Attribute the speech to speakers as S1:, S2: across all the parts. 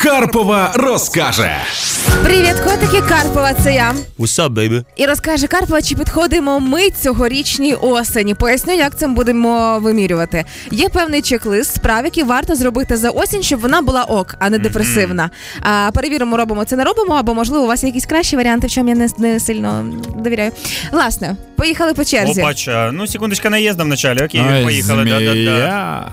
S1: Карпова розкаже.
S2: Привіт, котики Карпова, це я.
S3: What's up, baby?
S2: І розкаже Карпова, чи підходимо ми цьогорічній осені. Поясню, як цим будемо вимірювати. Є певний чек-лист справ, які варто зробити за осінь, щоб вона була ок, а не депресивна. А, перевіримо, робимо це, не робимо, або можливо у вас є якісь кращі варіанти, в чому я не, не сильно довіряю. Власне, поїхали по черзі.
S4: Опача. Ну, секундочка наїзда в началі. Окей,
S3: Ай,
S4: поїхали. Да-да-да.
S3: змія.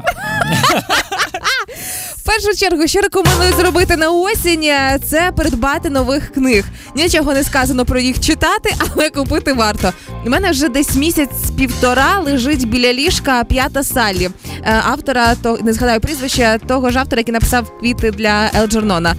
S2: В першу чергу, що рекомендую зробити на осінь, е, це придбати нових книг. Нічого не сказано про їх читати, але купити варто. У мене вже десь місяць-півтора лежить біля ліжка п'ята Саллі, Е, автора то не згадаю прізвище того ж автора, який написав квіти для Елджернона.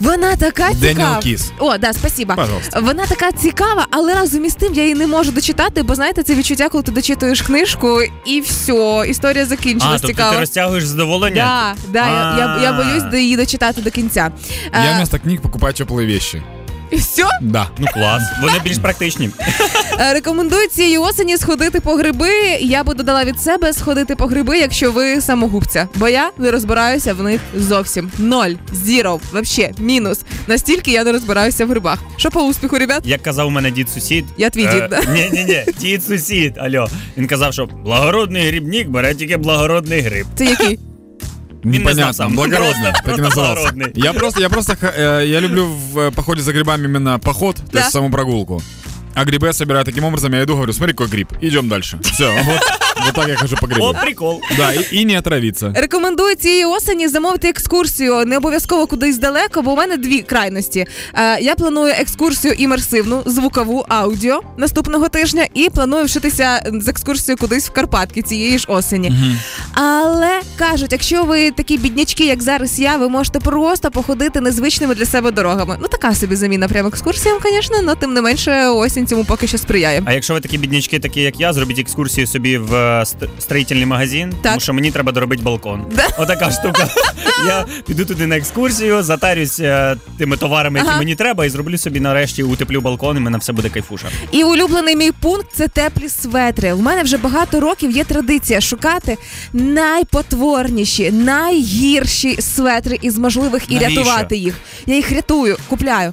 S2: Вона така
S3: Деніел
S2: цікава.
S3: Кіс.
S2: О, да, спасіба.
S3: Пожалуйста.
S2: Вона така цікава, але разом із тим я її не можу дочитати, бо знаєте, це відчуття, коли ти дочитуєш книжку, і все, історія
S4: А,
S2: закінчилась.
S4: тобто
S2: цікаво.
S4: ти розтягуєш задоволення?
S2: Да, да, я, я, я
S4: А.
S2: боюсь до її дочитати до кінця.
S5: Я
S2: Е,
S5: вместо книг покупаю теплые вещи.
S2: І все.
S5: Да.
S4: Ну клас. Вони більш практичні.
S2: Е, Рекомендую цієї осені сходити по гриби. Я би додала від себе сходити по гриби, якщо ви самогубця. Бо я не розбираюся в них зовсім. Ноль, зіро, вообще, мінус. Настільки я не розбираюся в грибах. Що по успіху, ребят?
S4: Як казав у мене дід сусід. е,
S2: Я твій дід, да?
S4: Ні, ні, ні, дід сусід. Алло. Він казав, що благородний грибник бере тільки благородний гриб.
S2: Це який?
S4: знал
S5: Непонятно.
S4: сам.
S5: Благородно. Так и назывался.
S4: Благородный.
S5: Я просто, я просто, х- э, я люблю в э, походе за грибами именно поход, то
S2: Да.
S5: есть саму прогулку. А грибы я собираю таким образом, я иду, говорю, смотри, какой гриб, идем дальше. Все, вот, вот так я хожу по
S4: О,
S5: грибу.
S4: прикол.
S5: Да, и, и не отравиться.
S2: Рекомендую цієї осені замовити екскурсію. Не обов'язково кудись далеко, бо у мене дві крайності. Е, я планую екскурсію імерсивну, звукову аудіо наступного тижня, і планую вшитися з екскурсією кудись в Карпатки цієї ж осені. Але кажуть, якщо ви такі біднячки, як зараз я, ви можете просто походити незвичними для себе дорогами. Ну така собі заміна прям екскурсіям, звісно, але тим не менше осінь цьому поки що сприяє.
S4: А якщо ви такі біднячки, такі як я, зробіть екскурсію собі в е, ст- строїтельний магазин, тому що мені треба доробити балкон.
S2: Да.
S4: Отака штука. Я піду туди на екскурсію, затарюсь е, тими товарами, які
S2: Ага.
S4: мені треба, і зроблю собі нарешті утеплю балкон, і мене все буде кайфуша.
S2: І улюблений мій пункт це теплі светри. У мене вже багато років є традиція шукати найпотворніші, найгірші светри із можливих і
S4: Навіщо?
S2: рятувати їх. Я їх рятую, купляю.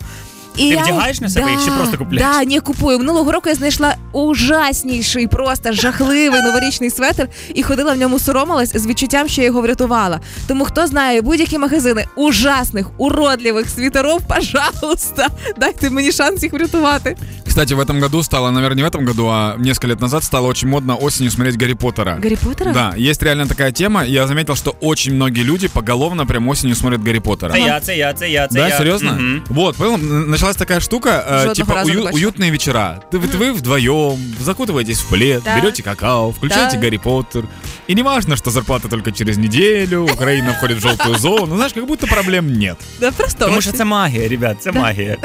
S2: І
S4: Ти вдягаєш на себе
S2: да,
S4: їх чи просто купляєш?
S2: Да, ні, купую. Минулого року я знайшла ужасніший, просто жахливий новорічний светр і ходила в ньому соромилась з відчуттям, що я його врятувала. Тому хто знає будь-які магазини ужасних, уродливих світеров, пожалуйста, дайте мені шанс їх врятувати.
S5: Кстати, в этом году стало, наверное, не в этом году, а несколько лет назад стало очень модно осенью смотреть Гарри Поттера.
S2: Гаррі Поттера?
S5: Да, есть реально такая тема. Я заметил, что очень многие люди поголовно прям осенью смотрят Гарри Поттера.
S4: Це А я, це я, це я, це
S5: да,
S4: я.
S5: серьезно?
S4: Мгм.
S5: Вот, понял, Н- началась такая штука, э,
S2: Жодного
S5: типа
S2: разу не
S5: ую-
S2: бачила.
S5: уютные вечера. Ты, вот вы вдвоем закутываетесь в плед,
S2: Да.
S5: берете какао, включаете
S2: Да.
S5: Гарри Поттер. И не важно, что зарплата только через неделю, Украина входит в желтую зону. Знаешь, как будто проблем нет.
S2: Да, просто
S4: Тому
S2: ось.
S4: що це магія, ребят, це магія.